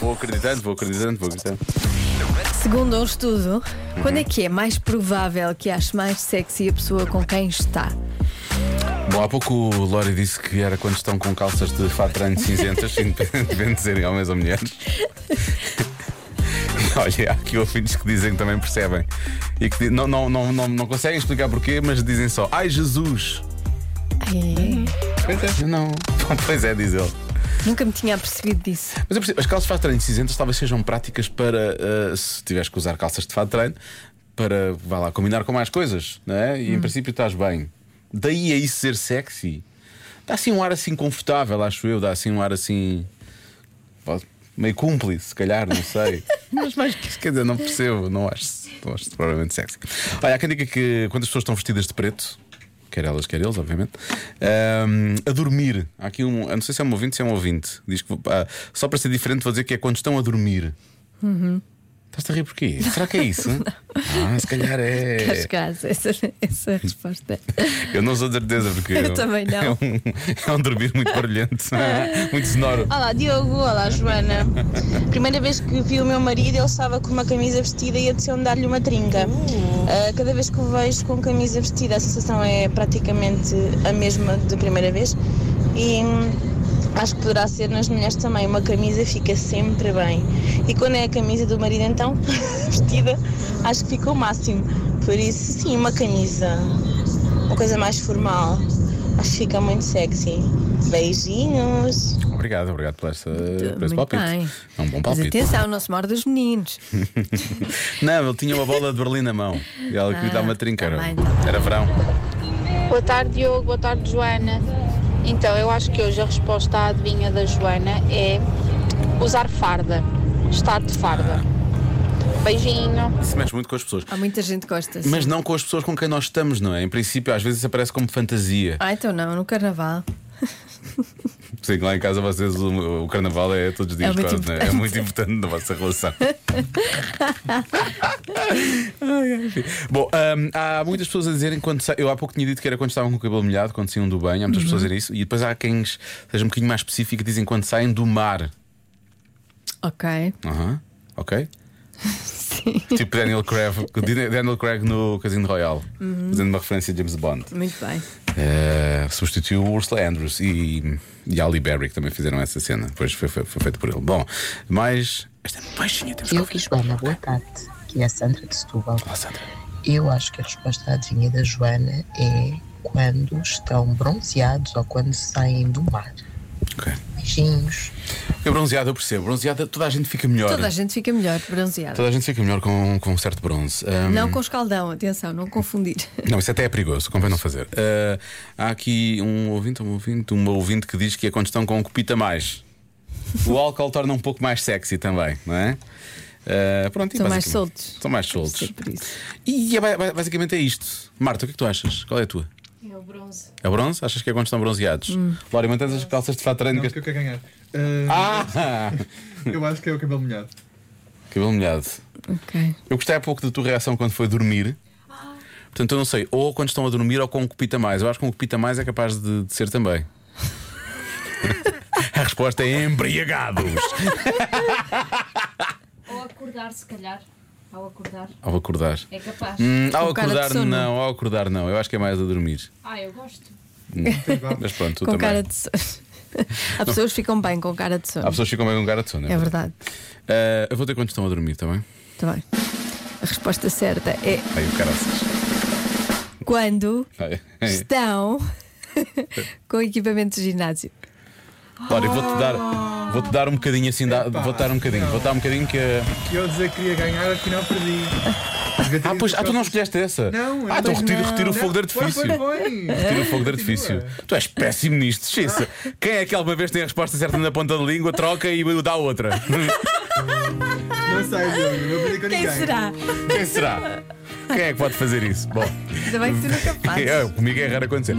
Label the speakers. Speaker 1: vou acreditando, vou acreditando, vou acreditando.
Speaker 2: Segundo um estudo, quando
Speaker 1: Uhum.
Speaker 2: é que é mais provável que ache mais sexy a pessoa com quem está?
Speaker 1: Bom, há pouco o Lori disse que era quando estão com calças de fatran cinzentas, independentemente de serem homens ou mulheres. Olha, há aqui ouvintes que dizem que também percebem e que di- não, não, não, não, não conseguem explicar porquê, mas dizem só: Ai Jesus!
Speaker 2: Ai,
Speaker 1: Pois é, não. Pois é, diz ele.
Speaker 2: nunca me tinha apercebido disso.
Speaker 1: Mas eu percebo, as calças de fato de treino cinzentas talvez sejam práticas para eh, se tiveres que usar calças de fato de treino para, vá lá, combinar com mais coisas, não é? E em princípio estás bem. Daí a isso ser sexy. Dá assim um ar assim confortável, acho eu, dá assim um ar assim. pá, meio cúmplice, se calhar, não sei. Mas mais que isso, quer dizer, não percebo, não acho, não acho provavelmente sexy. Olha, há quem diga que quando as pessoas estão vestidas de preto. Quer elas, quer eles, obviamente. ahm, a dormir. Há aqui um. eu Não sei se é um ouvinte, se é um ouvinte. Diz que, ah, só para ser diferente, vou dizer que é quando estão a dormir. Estás-te a rir porquê? Será que é isso? Ah, se calhar é. Eh,
Speaker 2: Cascas, essa, essa resposta.
Speaker 1: Eu não sou de certeza, porque.
Speaker 2: Eu também não.
Speaker 1: É um, é um dormir muito barulhento, é? muito sonoro.
Speaker 3: Olá Diogo, olá Joana. Primeira vez que vi o meu marido, ele estava com uma camisa vestida e a decisão dar-lhe uma trinca. Ah, cada vez que o vejo com camisa vestida, a sensação é praticamente a mesma da primeira vez. E hum, acho que poderá ser nas mulheres também. Uma camisa fica sempre bem. E quando é a camisa do marido, então, vestida, acho que fica o máximo. Por isso, sim, uma camisa. Uma coisa mais formal. Acho que fica muito sexy. Beijinhos.
Speaker 1: Obrigado, obrigado por, essa, por esse
Speaker 2: Muito
Speaker 1: palpite.
Speaker 2: bem.
Speaker 1: É um bom
Speaker 2: Mas
Speaker 1: palpite.
Speaker 2: atenção, não se morde os meninos.
Speaker 1: Não, ele tinha uma bola de Berlim na mão e ela queria
Speaker 2: Ah,
Speaker 1: dar uma trinca.
Speaker 2: tá
Speaker 1: Era,
Speaker 2: bem, tá bem.
Speaker 1: era verão.
Speaker 4: Boa tarde, Diogo. Boa tarde, Joana. Então, eu acho que hoje a resposta à adivinha da Joana é usar farda. Estar de farda. Beijinho.
Speaker 1: Isso mexe muito com as pessoas.
Speaker 2: Há muita gente que gosta. assim.
Speaker 1: Mas não com as pessoas com quem nós estamos, não é? Em princípio, às vezes isso aparece como fantasia.
Speaker 2: Ah, então não, no carnaval.
Speaker 1: Sim, lá em casa vocês o, o carnaval é todos os dias,
Speaker 2: É muito
Speaker 1: quase, não é? É
Speaker 2: importante.
Speaker 1: muito importante na vossa relação. Ai, ai, enfim. Bom, hum, há muitas pessoas a dizerem quando sa- eu há pouco tinha dito que era quando estavam com o cabelo molhado, quando saíam do banho, há muitas pessoas a dizer isso, e depois há quem seja um bocadinho mais específico e dizem quando saem do mar.
Speaker 2: Ok.
Speaker 1: Aham, ok? Sim. Tipo Daniel Craig, Daniel Craig no Casino Royale, fazendo uma referência a James Bond.
Speaker 2: Muito bem.
Speaker 1: Eh, substituiu o Ursula Andrews e, e Ali Berry, que também fizeram essa cena. Pois foi, foi, foi feito por ele. Bom, mas esta é muito baixinha, temos que
Speaker 5: Eu
Speaker 1: ouvir.
Speaker 5: que Joana, boa tarde. Aqui é a Sandra de Setúbal.
Speaker 1: Olá, Sandra.
Speaker 5: Eu acho que a resposta à adivinha da Joana é quando estão bronzeados ou quando saem do mar.
Speaker 1: Ok.
Speaker 5: Beijinhos.
Speaker 1: Eu bronzeado, eu percebo. Bronzeado, toda a gente fica melhor.
Speaker 2: Toda a gente fica melhor bronzeada.
Speaker 1: Toda a gente fica melhor com, com um certo bronze. Ahm,
Speaker 2: Não com escaldão, atenção, não confundir.
Speaker 1: Não, isso até é perigoso, convém não fazer. Ah, há aqui um ouvinte, um ouvinte, uma ouvinte que diz que é quando estão com um copita mais. O álcool torna um pouco mais sexy também, não é? Ah, pronto, e
Speaker 2: Estão mais
Speaker 1: basicamente-
Speaker 2: soltos.
Speaker 1: Estão mais soltos.
Speaker 2: Sempre isso.
Speaker 1: E é ba- ba- basicamente é isto. Marta, o que é que tu achas? Qual é a tua? É o bronze. É o bronze? Achas que é quando estão bronzeados? Lória, mantens as calças de fato de treino.
Speaker 6: Não,
Speaker 1: que
Speaker 6: porque eu quero ganhar. Ah,
Speaker 1: Ah!
Speaker 6: Eu acho que é o cabelo molhado.
Speaker 1: Cabelo molhado.
Speaker 2: Ok.
Speaker 1: Eu gostei há pouco da tua reação quando foi dormir. Portanto, eu não sei, ou quando estão a dormir ou com um copita mais. Eu acho que um copita mais é capaz de, de ser também. a resposta é embriagados.
Speaker 7: Ao acordar, se calhar. Ao acordar.
Speaker 1: Ao acordar.
Speaker 7: É capaz.
Speaker 1: Hum, ao
Speaker 2: Com cara de
Speaker 1: acordar,
Speaker 2: sono.
Speaker 1: não, ao acordar, não. Eu acho que é mais a dormir. Hum.
Speaker 7: Ah, eu gosto.
Speaker 1: Mas pronto, tu
Speaker 2: com
Speaker 1: também.
Speaker 2: cara de sono. Há pessoas que ficam bem com cara de sono.
Speaker 1: Há pessoas que ficam bem com cara de sono.
Speaker 2: É verdade.
Speaker 1: Ah, eu vou ter quando estão a dormir também.
Speaker 2: Está Tá bem. A resposta certa é
Speaker 1: Ai, o caraças.
Speaker 2: quando
Speaker 1: Ai, ai.
Speaker 2: estão com equipamento de ginásio.
Speaker 1: Olha, eu vou-te dar, vou-te dar um bocadinho assim, da-
Speaker 6: Epá,
Speaker 1: vou-te dar um bocadinho,
Speaker 6: não.
Speaker 1: vou-te dar um bocadinho que.
Speaker 6: E eu dizer que queria ganhar, afinal perdi. Devia ter
Speaker 1: Ah,
Speaker 6: ido
Speaker 1: pois,
Speaker 6: buscar
Speaker 1: ah, tu
Speaker 6: o-
Speaker 1: não escolheste essa?
Speaker 6: Não,
Speaker 1: Ah, então
Speaker 6: eu-
Speaker 1: retiro,
Speaker 6: não.
Speaker 1: retiro o fogo de
Speaker 6: Não, foi,
Speaker 1: artifício.
Speaker 6: Foi, foi.
Speaker 1: Retiro o fogo de artifício. Tu és péssimo nisto, xissa. Quem é que alguma vez tem a resposta certa na ponta da língua, troca e dá outra?
Speaker 6: Não sei, Diogo. Eu perdi com
Speaker 2: Quem
Speaker 6: ninguém.
Speaker 2: será?
Speaker 1: Quem será? Quem é que pode fazer isso? Bom,
Speaker 2: Ainda bem que tu nunca fazes.
Speaker 1: é, comigo é raro acontecer.